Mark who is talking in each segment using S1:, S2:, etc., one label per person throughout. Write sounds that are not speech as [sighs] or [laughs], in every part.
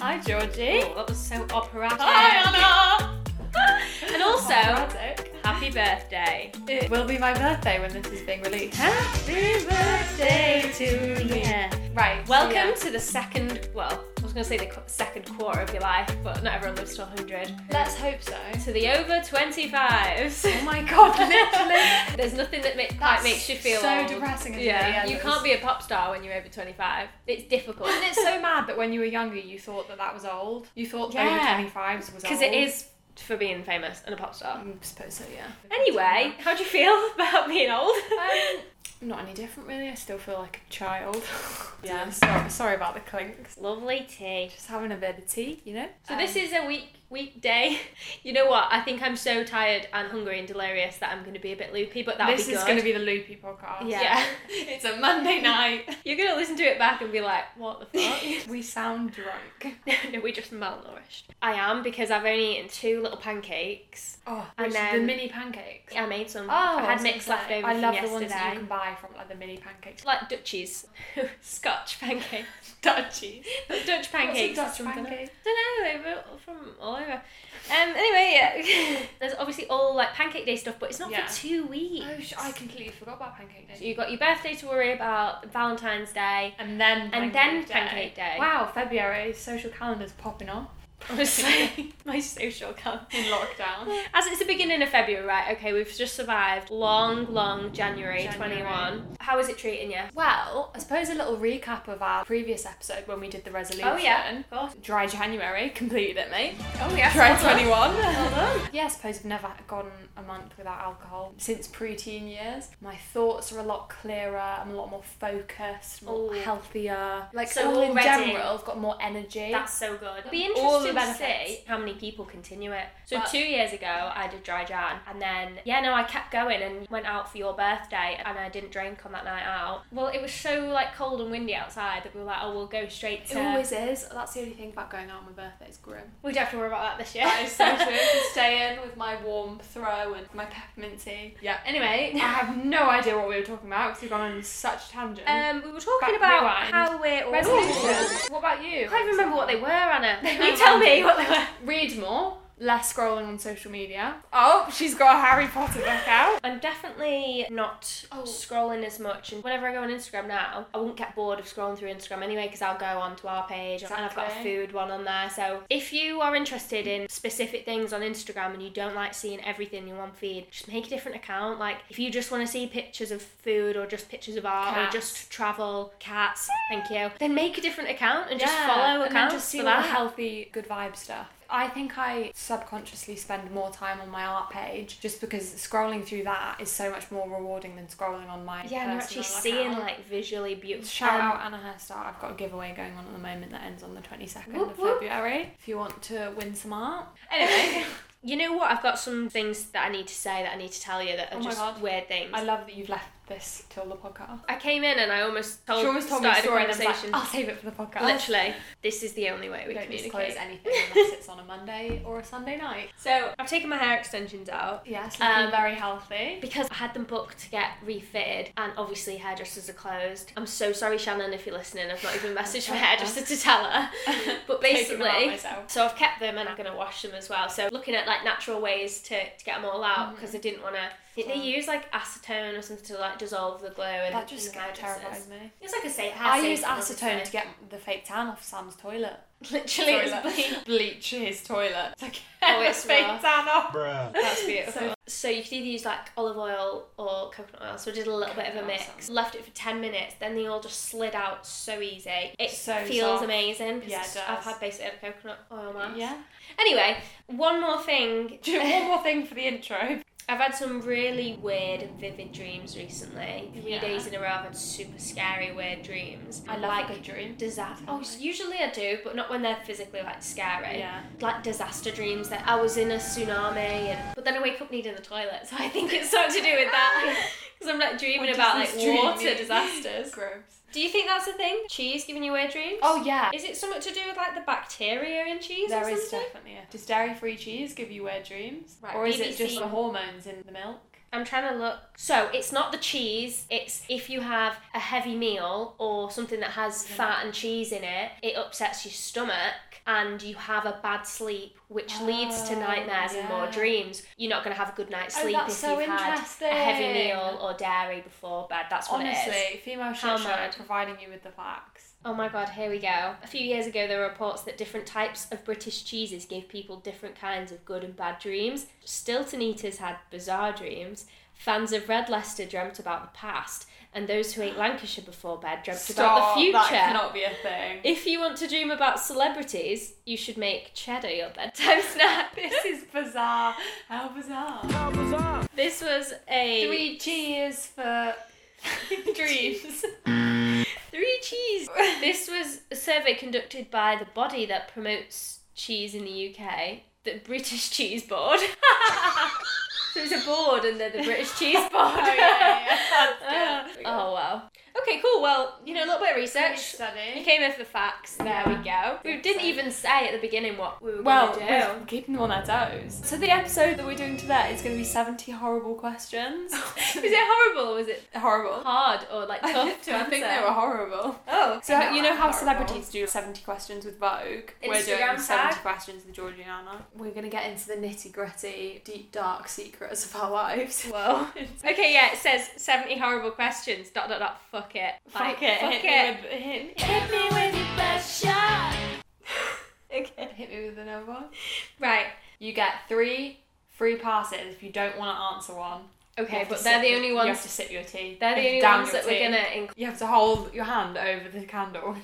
S1: everybody.
S2: Oh, that was so operatic.
S1: Hi, Anna.
S2: [laughs] And also,
S1: Operatic.
S2: happy birthday.
S1: it will be my birthday when this is being released.
S2: Happy
S1: birthday to you.
S2: Yeah.
S1: Right. so
S2: Welcome
S1: yeah.
S2: to the second, well, I was going to say the qu- second quarter of your life, but not everyone lives to 100.
S1: Let's hope so.
S2: To the over 25s.
S1: Oh my god,
S2: [laughs]
S1: literally.
S2: There's nothing that ma- quite
S1: That
S2: makes you feel
S1: so
S2: old.
S1: depressing. Isn't it?
S2: Yeah, you
S1: that
S2: can't
S1: was-
S2: be a pop star when you're over 25. It's difficult.
S1: Isn't it so mad that when you were younger, you thought that that was old? You thought
S2: Yeah.
S1: over 25s was old.
S2: Because it is for being famous and a pop star.
S1: I suppose so, yeah.
S2: Anyway, how do you feel [laughs] about being old?
S1: Um, not any different, really. I still feel like a child. [laughs]
S2: Yeah.
S1: sorry, sorry about the clinks.
S2: Lovely tea.
S1: Just having a bit of tea, you know?
S2: So this
S1: Um,
S2: is a week weekday. [laughs] You know what? I think I'm so tired and hungry and delirious that I'm going to be a bit loopy, but that'll
S1: This
S2: be good.
S1: is going to be the loopy podcast.
S2: Yeah. [laughs]
S1: it's a Monday night.
S2: You're going to listen to it back and be like, [laughs] what the fuck? [laughs]
S1: [laughs] we sound drunk.
S2: no, we're just malnourished. I am because I've only eaten two little pancakes.
S1: Oh,
S2: And
S1: and
S2: then-
S1: the mini pancakes.
S2: I made some.
S1: Oh,
S2: I
S1: I
S2: had
S1: was
S2: mixed
S1: gonna
S2: left
S1: say,
S2: over
S1: I
S2: from
S1: love the
S2: yesterday.
S1: ones that you can buy from like the mini pancakes.
S2: Like Dutchies, [laughs] Scotch pancakes,
S1: Dutchies.
S2: Dutch pancakes.
S1: Dutch
S2: from Finland.
S1: pancake?
S2: don't know, they were all from all over. Um, anyway, yeah. [laughs] There's obviously all like pancake day stuff, but it's not
S1: Yeah.
S2: for two weeks.
S1: Oh, sh- I completely forgot about pancake
S2: So
S1: day.
S2: you've got your birthday to worry about, Valentine's Day, [laughs]
S1: And then
S2: and then pancake day.
S1: Wow, February social calendar's popping on
S2: Honestly, [laughs] my social calendar.
S1: in lockdown.
S2: As it's the beginning of February, right? Okay, we've just survived long, long January,
S1: January.
S2: 21. How is it treating you?
S1: Well, I suppose a little recap of our previous episode when we did the resolution.
S2: Oh yeah, of course.
S1: Dry January [laughs] completed it, mate.
S2: Oh yeah,
S1: Dry
S2: well done.
S1: 21.
S2: Well done.
S1: Yeah, I suppose I've never gone a month without alcohol since preteen years. My thoughts are a lot clearer. I'm a lot more focused, more
S2: Ooh.
S1: healthier. Like
S2: So
S1: all in
S2: already-
S1: general, I've got more energy.
S2: That's so good. Be
S1: All
S2: interested
S1: the
S2: to
S1: benefits.
S2: see how many people continue it. So
S1: But-
S2: two years ago, I did dry Jan, and then yeah, no, I kept going and went out for your birthday, and I didn't drink on that night out. Well, it was so like cold and windy outside that we were like, oh, we'll go straight
S1: it
S2: to.
S1: always is. That's the only thing about going out on my birthday. It's [laughs] grim.
S2: We don't have to worry about that this year.
S1: That is so true.
S2: [laughs]
S1: Just Stay in [laughs] with my warm throw and my peppermint tea. Yeah. Anyway, I have no idea what we were talking about because we've gone on such a tangent.
S2: Um, we were talking about
S1: Back- rewind.
S2: how we're all-
S1: Resolutions. [laughs] what about you?
S2: [laughs] I can't even remember what they were, Anna.
S1: were-
S2: you tell me what they were.
S1: Read more. Less scrolling on social media. Oh, she's got a Harry Potter book out.
S2: I'm definitely not
S1: Oh.
S2: scrolling as much, and whenever I go on Instagram now, I won't get bored of scrolling through Instagram anyway because I'll go on to our page and I've got a
S1: Exactly.
S2: food one on there. So if you are interested in specific things on Instagram and you don't like seeing everything in one feed, just make a different account. Like if you just want to see pictures of food or just pictures of art
S1: Cats.
S2: or just travel, cats, thank you, then make a different account and just
S1: Yeah,
S2: follow
S1: and then
S2: accounts
S1: just see
S2: for
S1: all the
S2: that.
S1: healthy, good vibe stuff. I think I subconsciously spend more time on my art page just because scrolling through that is so much more rewarding than scrolling on
S2: Yeah,
S1: my
S2: and you're actually
S1: personal
S2: seeing
S1: account.
S2: like visually beautiful.
S1: Shout
S2: Um,
S1: out Anna Hairstar. I've got a giveaway going on at the moment that ends on the 22nd
S2: Whoop,
S1: of
S2: whoop.
S1: February. If you want to win some art. [laughs] Anyway,
S2: You know what? I've got some things that I need to say that I need to tell you that are
S1: Oh my
S2: just
S1: God.
S2: weird things.
S1: I love that you've left this till the podcast.
S2: I came in and I almost told,
S1: she always told me a
S2: started
S1: story
S2: a
S1: and I was like, "Oh,
S2: conversation.
S1: I'll save it for the podcast.
S2: Literally, this is the only way we
S1: We don't disclose
S2: communicate.
S1: anything unless it's on a Monday or a Sunday night.
S2: [laughs] So I've taken my hair extensions out
S1: Yes, looking
S2: Um,
S1: very healthy.
S2: because I had them booked to get refitted, and obviously hairdressers are closed. I'm so sorry, Shannon, if you're listening. I've not
S1: [laughs]
S2: even messaged my hairdresser to tell her. But
S1: Taking them out
S2: basically,
S1: myself.
S2: so I've kept them and I'm gonna wash them as well. So looking at like natural ways to, to get them all out
S1: Mm-hmm.
S2: because I didn't want to. Did they use like acetone or something to like dissolve the glue and
S1: That just
S2: in the hairdressers?
S1: terrifies me.
S2: It's like a safe.
S1: I use acetone to get the fake tan off Sam's toilet.
S2: [laughs] literally it's
S1: Toilet.
S2: bleach.
S1: [laughs] Bleach his toilet. It's [laughs] like,
S2: Oh, it's
S1: fake
S2: rough.
S1: tan off.
S3: Bruh.
S2: That's beautiful.
S1: So-
S2: [laughs] So, you could either use like olive oil or coconut oil. So I did a little bit of a
S1: Coconut
S2: mix.
S1: oil,
S2: Left it for ten minutes. Then they all just slid out so easy. It
S1: So
S2: feels
S1: soft.
S2: amazing. because
S1: Yeah, it does.
S2: I've had basically a coconut oil mask.
S1: Yeah.
S2: Anyway, one more thing.
S1: [laughs] Do one more thing for the intro.
S2: I've had some really weird and vivid dreams recently. Three
S1: Yeah.
S2: days in a row, I've had super scary, weird dreams.
S1: [laughs] I love
S2: like
S1: a good dream.
S2: disaster. Oh,
S1: Totally.
S2: usually I do, but not when they're physically like scary.
S1: Yeah.
S2: Like disaster dreams that I was in a tsunami, and but then I wake up needing the toilet, so I think it's something to do with that. [laughs] Because I'm like dreaming
S1: [laughs] What
S2: about
S1: does
S2: like
S1: this dream
S2: water
S1: [laughs] mean?
S2: disasters.
S1: Gross.
S2: do you think that's a thing? Cheese giving you weird dreams?
S1: Oh yeah.
S2: Is it something to do with like the bacteria in cheese
S1: There
S2: or
S1: is
S2: something?
S1: definitely a. Does dairy-free cheese give you weird dreams,
S2: Right,
S1: or is it
S2: BBC.
S1: just the hormones in the milk?
S2: I'm trying to look. So it's not the cheese. It's if you have a heavy meal or something that has fat and cheese in it, it upsets your stomach and you have a bad sleep, which leads to
S1: Oh,
S2: nightmares and more
S1: yeah.
S2: dreams. You're not going to have a good night's
S1: Oh,
S2: sleep
S1: that's
S2: if
S1: so
S2: you've had a heavy
S1: interesting.
S2: meal or dairy before bed. That's what it is.
S1: Honestly, female
S2: How
S1: shit show
S2: mad.
S1: providing you with the facts.
S2: Oh my god, here we go. A few years ago, there were reports that different types of British cheeses gave people different kinds of good and bad dreams. Stilton eaters had bizarre dreams. Fans of Red Leicester dreamt about the past, and those who ate Lancashire before bed dreamt about
S1: Stop,
S2: the future.
S1: That cannot be a thing. [laughs]
S2: If you want to dream about celebrities, you should make cheddar your bedtime [laughs] snack.
S1: this is bizarre. How bizarre.
S2: This was a
S1: Three cheers for [laughs] dreams.
S2: Three
S1: [laughs]
S2: cheese. this was a survey conducted by the body that promotes cheese in the UK, the British [laughs] Cheese Board. so it's a board, and they're the British Cheese Board.
S1: [laughs] Oh, yeah,
S2: [laughs]
S1: Ah. yeah, [laughs] that's good.
S2: oh wow. Okay, cool. Well, you know a little bit of research. You
S1: Study.
S2: came in for the facts. There we go. We didn't even say at the beginning what we were
S1: Well,
S2: going to
S1: we're keeping them on our toes. So
S2: [laughs]
S1: the episode that we're doing today is going to be 70 horrible [laughs] questions.
S2: do. Was it horrible? Was it
S1: horrible?
S2: hard or like
S1: I
S2: tough? to
S1: think- [laughs] I think they
S2: answer?
S1: were horrible.
S2: Oh,
S1: So
S2: no,
S1: you know how
S2: horrible.
S1: celebrities do 70 questions with Vogue? We're doing
S2: Instagram
S1: 70
S2: tag?
S1: questions with Georgiana. We're going to get into the nitty gritty, deep, dark secrets of our lives. [laughs]
S2: Whoa. Okay, yeah, it says 70 horrible questions, dot, dot, dot, fuck it. Like,
S1: Fuck it.
S2: Fuck
S1: hit,
S2: it.
S1: Me with,
S2: [laughs]
S1: hit,
S2: Hit me with your best
S1: [laughs]
S2: shot. okay.
S1: hit me with another one.
S2: Right.
S1: You get three free passes if you don't want to answer one. You
S2: Okay,
S1: have
S2: but
S1: to
S2: they're
S1: sip-
S2: the only
S1: You have to
S2: ones.
S1: sip your tea.
S2: They're the
S1: You
S2: only
S1: down
S2: ones
S1: your
S2: that we're
S1: tea.
S2: gonna include.
S1: You have to hold your hand over the [laughs] candle.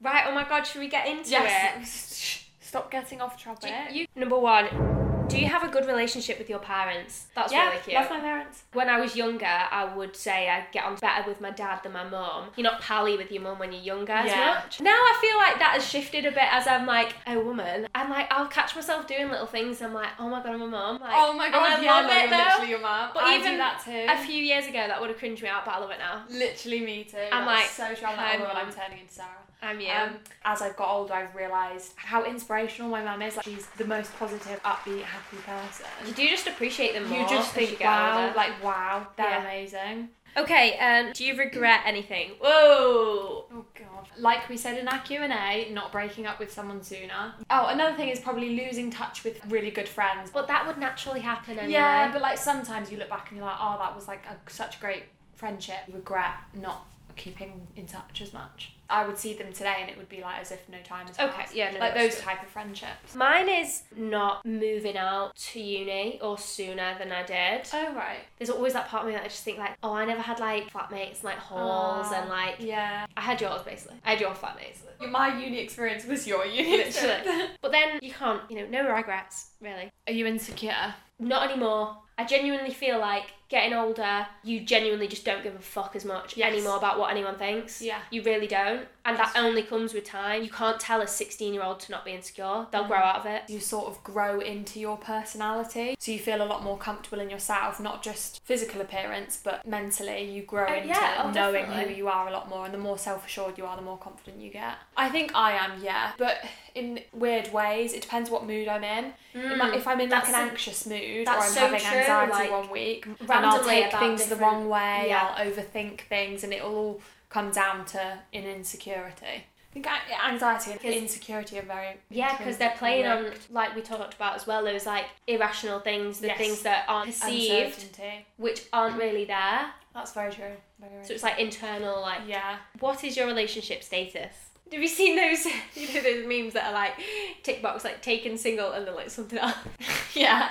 S2: Right. Oh my god, should we get into
S1: yes. Stop getting off
S2: it?
S1: topic.
S2: Do you- number one. Do you have a good relationship with your parents? That's
S1: yeah,
S2: really cute.
S1: love my parents.
S2: When I was younger, I would say I get on better with my dad than my mum. You're not pally with your mum when you're younger as
S1: Yeah.
S2: much. Now I feel like that has shifted a bit as I'm like a woman. I'm like I'll catch myself doing little things. I'm like, oh my god, I'm a mum. Like,
S1: oh my
S2: and
S1: god,
S2: I
S1: yeah,
S2: love
S1: no,
S2: it
S1: you're
S2: though.
S1: literally your mum.
S2: But
S1: I
S2: even
S1: do that too.
S2: A few years ago, that would have cringed me out, but I love it now.
S1: Literally me too.
S2: I'm
S1: That's so trying that
S2: I'm-
S1: woman I'm turning into Sarah.
S2: I'm you. Um,
S1: Um, as I've got older, I've realised how inspirational my mum is. Like she's the most positive, upbeat, happy
S2: you
S1: person.
S2: do just appreciate them more.
S1: You just
S2: as
S1: think,
S2: you get
S1: wow,
S2: older.
S1: like wow, they're
S2: Yeah.
S1: amazing.
S2: okay. Um, do you regret anything? Whoa.
S1: Oh god. Like we said in our Q&A, not breaking up with someone sooner. Oh, another thing is probably losing touch with really good friends.
S2: But that would naturally happen anyway.
S1: Yeah, but like sometimes you look back and you're like, oh, that was like a, such a great friendship. You regret not keeping in touch as much. I would see them today and it would be like as if no time has
S2: Okay,
S1: passed.
S2: yeah, no,
S1: like
S2: that's
S1: those
S2: good.
S1: type of friendships.
S2: Mine is not moving out to uni or sooner than I did.
S1: Oh right.
S2: There's always that part of me that I just think like, oh, I never had like flatmates and like halls
S1: Ah.
S2: and like
S1: Yeah.
S2: I had yours basically. I had your flatmates.
S1: My uni experience was your uni
S2: Literally.
S1: [laughs]
S2: But then you can't, you know, no regrets really.
S1: Are you insecure?
S2: Not anymore. I genuinely feel like getting older, you genuinely just don't give a fuck as much
S1: Yes.
S2: anymore about what anyone thinks.
S1: Yeah.
S2: You really don't. And
S1: That's
S2: that only comes with time. You can't tell a 16 year old to not be insecure.
S1: Mm.
S2: They'll grow out of it.
S1: You sort of grow into your personality, so you feel a lot more comfortable in yourself, not just physical appearance, but mentally. You grow
S2: Oh,
S1: into
S2: yeah, oh,
S1: knowing
S2: definitely.
S1: who you are a lot more, and the more self assured you are, the more confident you get. I think I am, yeah, but in weird ways. It depends what mood I'm in. It might- If I'm in like
S2: Mm, That's
S1: an
S2: so-
S1: anxious mood, or I'm
S2: that's so
S1: having
S2: true,
S1: anxiety
S2: like,
S1: one week, and I'll
S2: randomly
S1: take
S2: about
S1: things the
S2: different-
S1: wrong way,
S2: yeah.
S1: I'll overthink things, and it'll all come down to an insecurity. I think a- anxiety and
S2: 'Cause-
S1: insecurity are very
S2: Yeah, because they're playing on, like we talked about as well, those like irrational things, the
S1: Yes.
S2: things that aren't perceived,
S1: Uncertainty.
S2: which aren't really there.
S1: That's very true. Very
S2: So it's like internal, like,
S1: yeah.
S2: what is your relationship status? Have you seen those, [laughs] you know, those memes that are like tick box, like taken single and then like something else? [laughs]
S1: Yeah.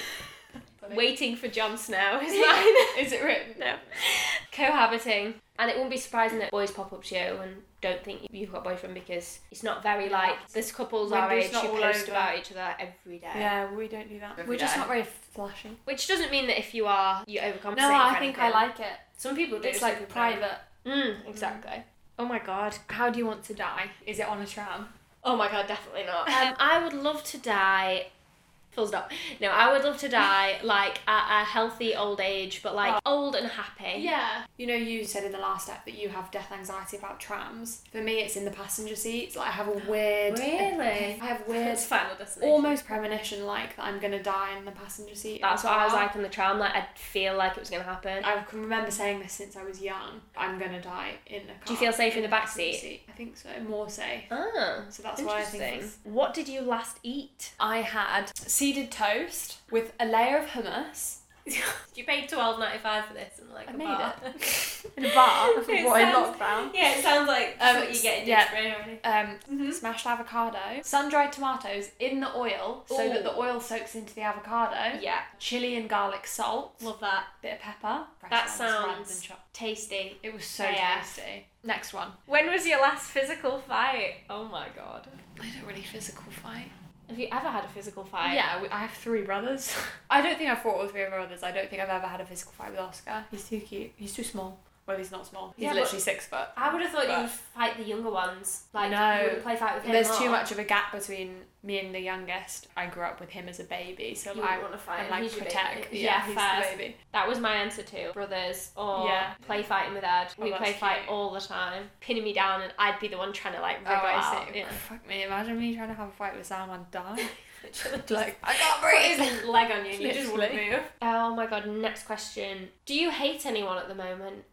S1: [laughs]
S2: Waiting for Jon Snow is mine. [laughs]
S1: is it written?
S2: no. Cohabiting. And it wouldn't be surprising that boys pop up to you and don't think you've got a boyfriend because it's not very like, there's couples our
S1: Windows
S2: age
S1: not
S2: who
S1: all
S2: post
S1: over.
S2: about each other every day.
S1: Yeah, we don't do that.
S2: Every
S1: We're just
S2: day.
S1: not very flashy.
S2: Which doesn't mean that if you are, you overcompensate.
S1: No,
S2: for
S1: I think I
S2: anything.
S1: like it.
S2: Some people do.
S1: It's
S2: some
S1: like
S2: people
S1: private.
S2: don't. Mm, exactly. Oh my god.
S1: How do you want to die? Is it on a tram?
S2: [laughs] Oh my god, definitely not. Um, I would love to die Full stop. No, I would love to [laughs] die like at a healthy old age, but like old and happy.
S1: Yeah. You know, you said in the last step that you have death anxiety about trams. For me, it's in the passenger seats. Like, I
S2: [gasps]
S1: have a weird.
S2: Really?
S1: I have weird.
S2: It's final destination.
S1: [laughs] almost premonition like that I'm gonna die in the passenger seat. of a
S2: That's what I was
S1: car.
S2: like in the tram. Like I'd feel like it was gonna happen.
S1: I can remember saying this since I was young. I'm gonna die in a car.
S2: Do you feel safe in the
S1: a
S2: back
S1: passenger
S2: seat?
S1: I think so. More safe.
S2: Ah,
S1: So that's why I
S2: interesting.
S1: think it's-
S2: What did you last eat?
S1: I had seeded toast with a layer of hummus
S2: [laughs] you paid twelve ninety five for this, and like
S1: I
S2: a
S1: made
S2: bar.
S1: in a bar. [laughs]
S2: It
S1: before in
S2: sounds-
S1: lockdown.
S2: yeah, it sounds like
S1: Um,
S2: what you get in
S1: yeah.
S2: your spring already.
S1: Um, smashed avocado, sun dried tomatoes in the oil so
S2: Ooh.
S1: that the oil soaks into the avocado.
S2: Yeah,
S1: Chili and garlic salt,
S2: love that.
S1: bit of pepper. Fresh
S2: That
S1: ones, Oh, rather
S2: sounds-
S1: than chopped.
S2: Tasty.
S1: It was so
S2: Yeah.
S1: tasty. Next one.
S2: When was your last physical fight? Oh my god.
S1: I don't really physical fight.
S2: Have you ever had a physical fight?
S1: yeah, we, I have three brothers. [laughs] I don't think I've fought all three of my brothers. I don't think I've ever had a physical fight with Oscar. He's too cute. He's too small. Well, he's not small. He's
S2: Yeah, but-
S1: literally six foot.
S2: I would have thought
S1: But-
S2: you would fight the younger ones. Like
S1: No.
S2: you wouldn't play fight with him.
S1: There's
S2: or-
S1: too much of a gap between me and the youngest. I grew up with him as a baby, so
S2: You
S1: I
S2: wouldn't want to fight
S1: I
S2: him.
S1: like
S2: He's your [laughs]
S1: protect.
S2: baby.
S1: Yeah,
S2: Yeah,
S1: he's
S2: fair.
S1: the baby.
S2: That was my answer too. Brothers or
S1: Yeah.
S2: play fighting with Ed.
S1: Oh,
S2: we
S1: that's
S2: play fight
S1: cute.
S2: all the time, pinning me down, and I'd be the one trying to like
S1: Oh,
S2: wriggle
S1: I
S2: out.
S1: see.
S2: Yeah.
S1: Fuck me! Imagine me trying to have a fight with Sam and die.
S2: [laughs] Literally just
S1: [laughs] like I can't
S2: put
S1: breathe.
S2: his leg on you and [laughs] you just wouldn't
S1: Literally.
S2: move. Oh my god, next question. Do you hate anyone at the moment?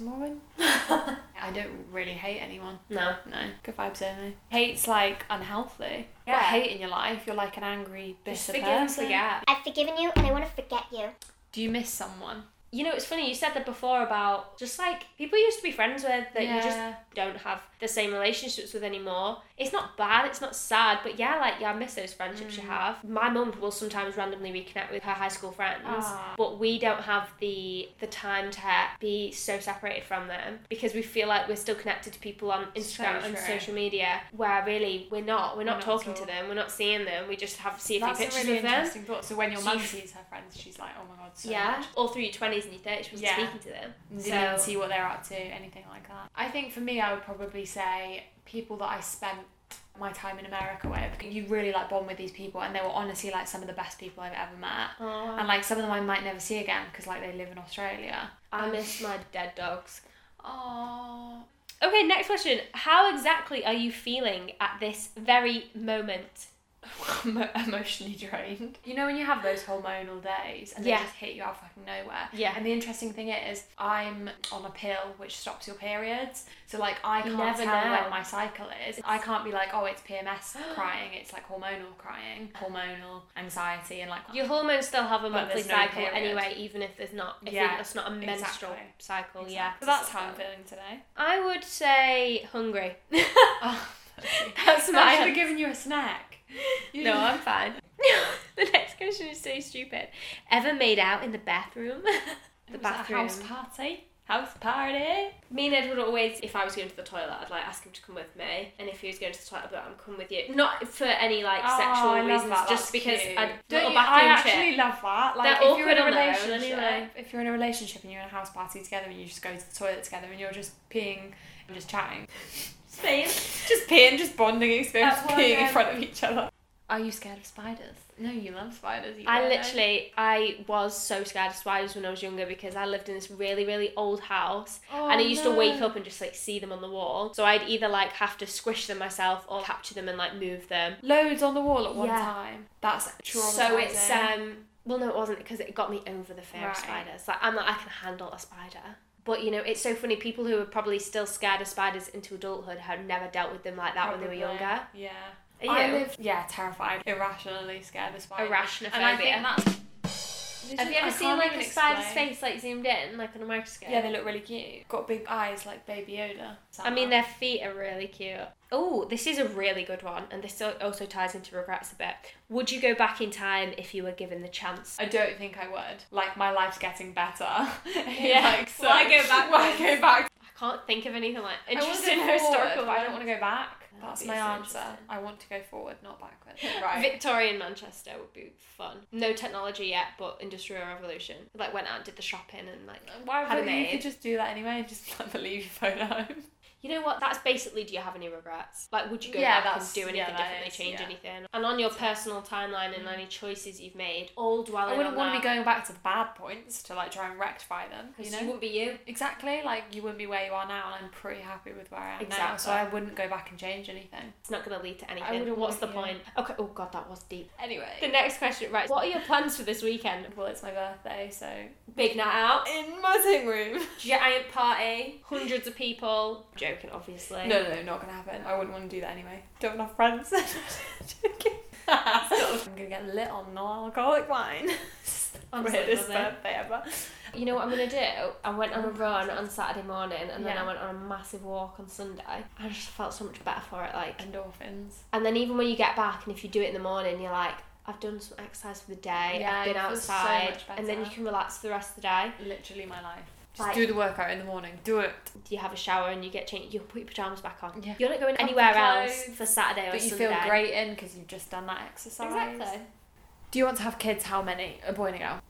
S2: [laughs]
S1: Morgan. I don't really hate anyone.
S2: No.
S1: No, good vibes only. Hate's like unhealthy. Yeah,
S2: Yeah.
S1: hate in your life. You're like an angry,
S2: Just
S1: bitter
S2: forgive and
S1: person.
S2: forget.
S3: I've forgiven you and I want to forget you.
S1: Do you miss someone?
S2: You know, it's funny, you said that before about just like people you used to be friends with that you just
S1: Yeah.
S2: don't have the same relationships with anymore. It's not bad, it's not sad, but yeah, like, yeah, I miss those friendships
S1: Mm.
S2: you have. My mum will sometimes randomly reconnect with her high school friends,
S1: Ah.
S2: but we don't have the the time to be so separated from them because we feel like we're still connected to people on Instagram and
S1: true.
S2: social media where really we're not. We're not,
S1: Not at
S2: talking to
S1: all.
S2: them, we're not seeing them, we just have see a few
S1: That's a
S2: pictures
S1: really
S2: of them.
S1: interesting thought. So when your
S2: So
S1: mum
S2: you-
S1: sees her friends, she's like, oh my god, so
S2: yeah,
S1: much
S2: all through your twenties and your thirties, wasn't
S1: Yeah.
S2: speaking to them.
S1: didn't
S2: So
S1: even see what they're up to, anything like that. I think for me, I would probably say people that I spent my time in America with. You really like bond with these people, and they were honestly like some of the best people I've ever met.
S2: oh,
S1: And like some of them I might never see again because like they live in Australia.
S2: I miss my dead dogs.
S1: Oh,
S2: Okay, next question. How exactly are you feeling at this very moment?
S1: Emo-
S2: [laughs]
S1: emotionally drained. You know when you have those hormonal days and
S2: Yeah.
S1: they just hit you out of fucking nowhere.
S2: Yeah.
S1: And the interesting thing is, I'm on a pill which stops your periods, so like I
S2: You
S1: can't
S2: never
S1: tell
S2: know.
S1: when my cycle is. I can't be like, oh, it's
S2: [gasps]
S1: PMS crying. It's like hormonal crying, hormonal anxiety, and like
S2: Your hormones still have a monthly
S1: there's no
S2: cycle
S1: period.
S2: anyway, even if there's not. If
S1: Yeah,
S2: it's not a menstrual
S1: exactly.
S2: cycle, yeah.
S1: So that's how I'm feeling today.
S2: I would say hungry.
S1: [laughs]
S2: [laughs]
S1: Oh,
S2: That's
S1: I should
S2: my.
S1: have given you a snack. You-
S2: [laughs] No,
S1: [laughs]
S2: I'm fine. [laughs] the next question is so stupid. Ever made out in the bathroom? [laughs] the
S1: It was at a
S2: bathroom.
S1: house party. House party.
S2: Me and Ed would always, if I was going to the toilet, I'd like ask him to come with me, and if he was going to the toilet, I'd be like, "I'm coming with you." Not for any like
S1: Oh,
S2: sexual
S1: I love
S2: reasons,
S1: that,
S2: just
S1: that's
S2: because
S1: cute.
S2: I'd
S1: Don't
S2: little
S1: you, I
S2: bathroom
S1: actually
S2: trip.
S1: love that. Like
S2: They're
S1: if you're in a
S2: awkward on their own
S1: relationship,
S2: anyway.
S1: if you're in a relationship and you're in a house party together and you just go to the toilet together and you're just peeing and just chatting, just peeing, just bonding experience,
S2: That's what
S1: peeing in
S2: I'm-
S1: front of each other. Are you scared of spiders? No, you love spiders. You
S2: I
S1: weirdo.
S2: literally, I was so scared of spiders when I was younger because I lived in this really, really old house,
S1: Oh,
S2: and I used
S1: no.
S2: to wake up and just like see them on the wall. So I'd either like have to squish them myself or capture them and like move them.
S1: Loads on the wall at one
S2: Yeah.
S1: time. That's traumatizing.
S2: So it's um. Well, no, it wasn't because it got me over the fear
S1: Right.
S2: of spiders. Like I'm like I can handle a spider. But you know, it's so funny. People who are probably still scared of spiders into adulthood have never dealt with them like that when they were
S1: Probably.
S2: younger.
S1: Yeah.
S2: Are
S1: I
S2: you?
S1: live, yeah, terrified, irrationally scared of spiders.
S2: Irrashnophobia.
S1: And I think that's.
S2: have you ever
S1: I
S2: seen
S1: can't
S2: like
S1: even
S2: a spider's
S1: explain.
S2: face like zoomed in, like on a microscope?
S1: Yeah, they look really cute. Got big eyes like Baby Yoda.
S2: I mean, their feet are really cute. Oh, this is a really good one, and this al- also ties into regrets a bit. Would you go back in time if you were given the chance?
S1: I don't think I would. Like my life's getting better. [laughs]
S2: Yeah.
S1: like, so
S2: Why go
S1: [laughs]
S2: back?
S1: Why go back?
S2: I can't think of anything like
S1: I want to
S2: interesting
S1: go [laughs] forward,
S2: historical.
S1: but I
S2: ones.
S1: don't want to go back.
S2: That'd
S1: That's
S2: be
S1: my
S2: so
S1: answer.
S2: interesting.
S1: I want to go forward, not backwards. [laughs] Right.
S2: Victorian Manchester would be fun. No technology yet, but industrial revolution. Like went out, did the shopping, and like
S1: Why
S2: Had a
S1: would you
S2: maid.
S1: [laughs] could just do that anyway and just like, leave your phone at home?
S2: you know what? That's basically. Do you have any regrets? Like, would you go
S1: Yeah,
S2: back and
S1: that's-
S2: do anything
S1: yeah, that
S2: differently,
S1: is,
S2: change
S1: yeah.
S2: anything? And on your personal timeline and any choices you've made, all dwelling
S1: I wouldn't
S2: on
S1: want to
S2: that,
S1: be going back to the bad points to like try and rectify them.
S2: 'cause
S1: You know,
S2: you wouldn't be you.
S1: exactly like you wouldn't be where you are now, and I'm pretty happy with where I am now.
S2: Exactly.
S1: So I wouldn't go back and change anything.
S2: It's not going to lead to anything.
S1: wouldn't
S2: What's
S1: want
S2: the
S1: you.
S2: point? Okay. Oh god, that was deep.
S1: Anyway,
S2: The next question, right? What are your plans for this weekend?
S1: well, it's my birthday, so
S2: Big night out,
S1: in my sitting room.
S2: giant party, hundreds of people. Joking, obviously.
S1: No, no, no, not gonna happen. I wouldn't want to do that anyway. Don't have enough friends. [laughs] Joking. I'm gonna get lit on non-alcoholic wine. [laughs]
S2: Honestly,
S1: Weirdest
S2: nothing.
S1: birthday ever.
S2: You know what I'm gonna do? I went on a
S1: Oh,
S2: run on Saturday morning, and then
S1: Yeah.
S2: I went on a massive walk on Sunday. I just felt so much better for it. Like,
S1: Endorphins.
S2: and then even when you get back, and if you do it in the morning, you're like, I've done some exercise for the day.
S1: Yeah,
S2: I've been
S1: it feels so
S2: outside,
S1: much
S2: and then you
S1: better.
S2: can relax for the rest of the day.
S1: Literally my life. Just
S2: Like-
S1: do the workout in the morning. Do it.
S2: You have a shower, and you get changed. You can put your pajamas back on.
S1: Yeah.
S2: You're not going
S1: Comfy
S2: anywhere else
S1: clothes
S2: for Saturday or
S1: That you
S2: Sunday.
S1: feel great in because you've just done that exercise.
S2: Exactly.
S1: Do you want to have kids? How many? A boy and a girl,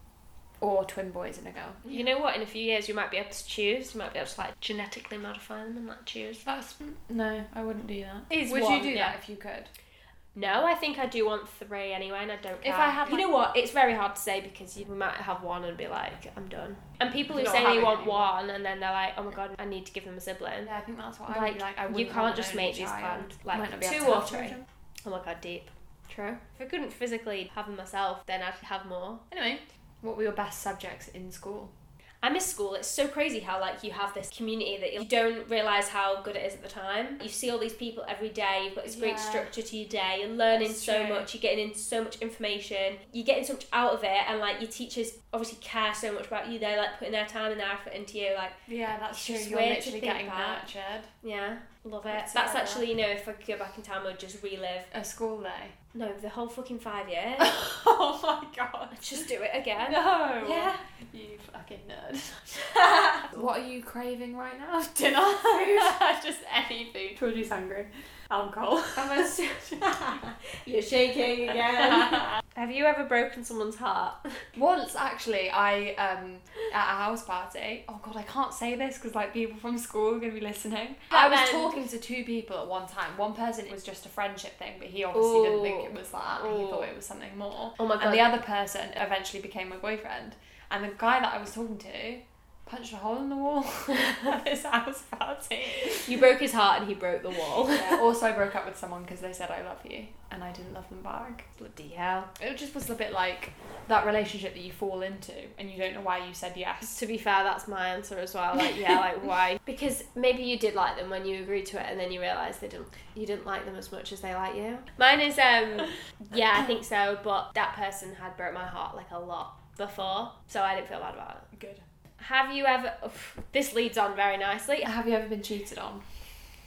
S1: or twin boys and a girl?
S2: You know what? In a few years, you might be able to choose. You might be able to like genetically modify them and like choose.
S1: That's no, I wouldn't do that.
S2: Is
S1: Would
S2: one,
S1: you do
S2: yeah.
S1: that if you could?
S2: No, I think I do want three anyway, and I don't care.
S1: If I had,
S2: you
S1: like-
S2: know what? It's very hard to say because you might have one and be like, I'm done. And people who
S1: Not
S2: say they
S1: having
S2: want
S1: anyone.
S2: one and then they're like, oh my god, I need to give them a sibling.
S1: Yeah, I think that's what I would
S2: Like,
S1: be like. I
S2: you
S1: wouldn't
S2: can't
S1: want
S2: just
S1: an
S2: make
S1: only
S2: these
S1: child.
S2: plans. Like
S1: Might not be able
S2: two
S1: to
S2: or
S1: have
S2: three.
S1: children.
S2: Oh my god, deep. True. If I couldn't physically have them myself, then I'd have more.
S1: Anyway, what were your best subjects in school?
S2: I miss school. It's so crazy how like you have this community that you don't realize how good it is at the time. You see all these people every day. You've got this great
S1: Yeah.
S2: structure to your day. You're learning
S1: That's
S2: so
S1: true.
S2: much. You're getting in so much information. You're getting so much out of it, and like your teachers obviously care so much about you. They're like putting their time and their effort into you. Like
S1: Yeah, that's
S2: It's
S1: true.
S2: just
S1: You're
S2: weird to
S1: literally
S2: think
S1: getting
S2: that.
S1: nurtured.
S2: yeah, love it.
S1: That's
S2: That's
S1: it.
S2: actually you know if I could go back in time, I'd just relive
S1: A school day.
S2: no the whole fucking five years.
S1: [laughs] oh my god.
S2: I'd just do it again.
S1: No.
S2: Yeah.
S1: You fucking [laughs] nerd. what are you craving right [laughs] now? Dinner?
S2: [laughs]
S1: Just any food. Georgie's hungry. Alcohol.
S2: [laughs] You're shaking [laughs] again. Have you ever broken someone's heart?
S1: Once actually, I um at a house party. Oh god, I can't say this because like people from school are gonna be listening. I was
S2: That meant-
S1: talking to two people at one time. One person it was just a friendship thing, but he obviously didn't think it was that. He
S2: Ooh.
S1: thought it was something more.
S2: Oh my god.
S1: And the other person eventually became my boyfriend. And the guy that I was talking to punched a hole in the wall [laughs] at this house party.
S2: You broke his heart and he broke the wall. [laughs]
S1: Yeah, also, I broke up with someone because they said I love you, and I didn't love them back.
S2: Bloody hell.
S1: It just was a bit like that relationship that you fall into, and you don't know why you said yes.
S2: To be fair, that's my answer as well. Like, yeah, like [laughs] why? Because maybe you did like them when you agreed to it, and then you realised they didn't. You didn't like them as much as they like you. Mine is, um, yeah, I think so. But that person had broke my heart like a lot before, so I didn't feel bad about it.
S1: Good.
S2: Have you ever? [sighs] oof, this leads on very nicely.
S1: Have you ever been cheated on?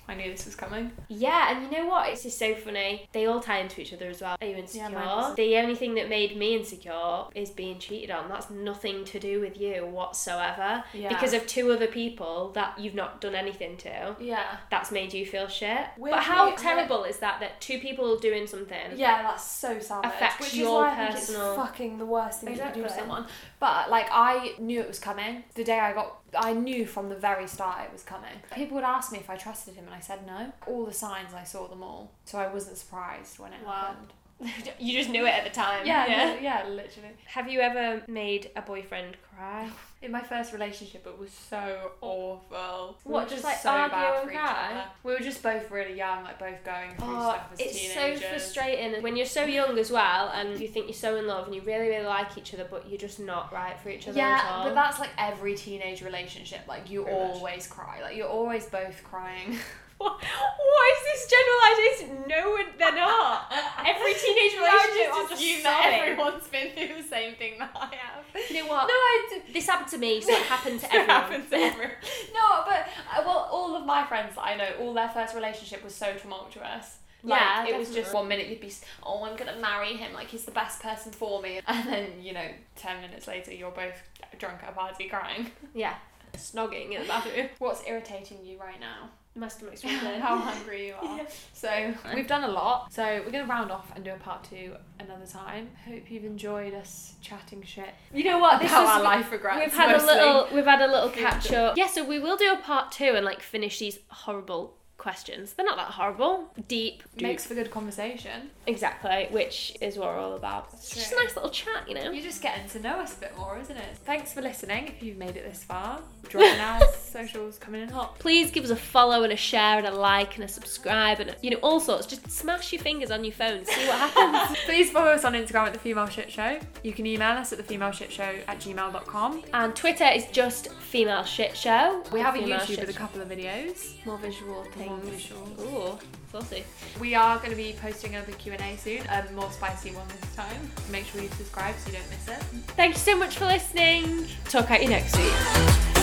S1: I knew this was coming.
S2: Yeah, and you know what? It's just so funny. They all tie into each other as well. Are you insecure?
S1: Yeah, mine was-
S2: the only thing that made me insecure is being cheated on. That's nothing to do with you whatsoever.
S1: Yeah.
S2: Because of two other people that you've not done anything to,
S1: Yeah.
S2: that's made you feel shit.
S1: Weirdly,
S2: but how
S1: I-
S2: terrible is that that two people doing something?
S1: Yeah, that's so savage.
S2: Affects
S1: which
S2: your
S1: is why I think it's
S2: personal-
S1: fucking the worst thing you can do to
S2: Exactly.
S1: someone. But like, I knew it was coming. The day I got, I knew from the very start it was coming. People would ask me if I trusted him, and I said no. All the signs, I saw them all, so I wasn't surprised when it
S2: Wow.
S1: happened.
S2: [laughs] you just knew it at the time.
S1: Yeah, yeah, yeah, [laughs] literally.
S2: Have you ever made a boyfriend cry?
S1: In my first relationship, it was so awful.
S2: What,
S1: we were
S2: just, like, argue and cry?
S1: We were just both really young, like both going through
S2: Oh,
S1: stuff as
S2: it's
S1: teenagers.
S2: so frustrating when you're so young as well, and you think you're so in love and you really, really like each other, but you're just not right for each other
S1: Yeah,
S2: at all. [laughs]
S1: but that's like every teenage relationship. Like you
S2: Pretty much.
S1: always cry. Like you're always both [laughs] crying.
S2: What, what is this generalization? No, one- they're not.
S1: uh, [laughs]
S2: [laughs] Every teenage relationship are just
S1: assume
S2: sobbing.
S1: everyone's been through the same thing that I have. [laughs]
S2: You know
S1: No,
S2: what?
S1: I d-
S2: This happened to me, so [laughs] it happened to
S1: It
S2: everyone.
S1: happens to everyone. [laughs] No, but uh, well, all of my friends that I know, all their first relationship was so tumultuous. Like,
S2: Yeah,
S1: it was
S2: definitely.
S1: just one minute you'd be, s- oh, I'm gonna marry him, like he's the best person [laughs] [laughs] for me, and then you know, ten minutes later you're both drunk at a party crying.
S2: Yeah. snogging in the bathroom.
S1: What's irritating you right now?
S2: Masturbate [laughs]
S1: [laughs] How hungry you [laughs] are. So we've done a lot. So we're gonna round off and do a part two another time. Hope you've enjoyed us chatting shit. You know what? This
S2: About
S1: is
S2: our
S1: our life regrets.
S2: We've had
S1: mostly.
S2: a little we've had a little
S1: Food
S2: catch up. Yeah, so we will do a part two and like finish these horrible questions. They're not that horrible. Deep, deep
S1: makes for good conversation.
S2: exactly, which is what we're all about.
S1: That's
S2: It's just a
S1: true.
S2: nice little chat, you know.
S1: You're just getting to know us a bit more, isn't it? Oh. Thanks for listening. If you've made it this far, [laughs] join our socials coming in [laughs] hot.
S2: Please give us a follow and a share and a like and a subscribe and you know all sorts. Just smash your fingers on your phone, see what
S1: [laughs]
S2: happens.
S1: Please follow us on Instagram at the Female Shit Show. You can email us at the Female Shit Show at gmail.com.
S2: and Twitter is just female shit show.
S1: We have a
S2: Female
S1: YouTube
S2: Shit
S1: with a
S2: Show.
S1: couple of videos. More visual things. More visual.
S2: Ooh, saucy.
S1: We are going to be posting another Q&A soon, a more spicy one this time. Make sure you subscribe so you don't miss it.
S2: Thank you so much for listening. Talk at you next week.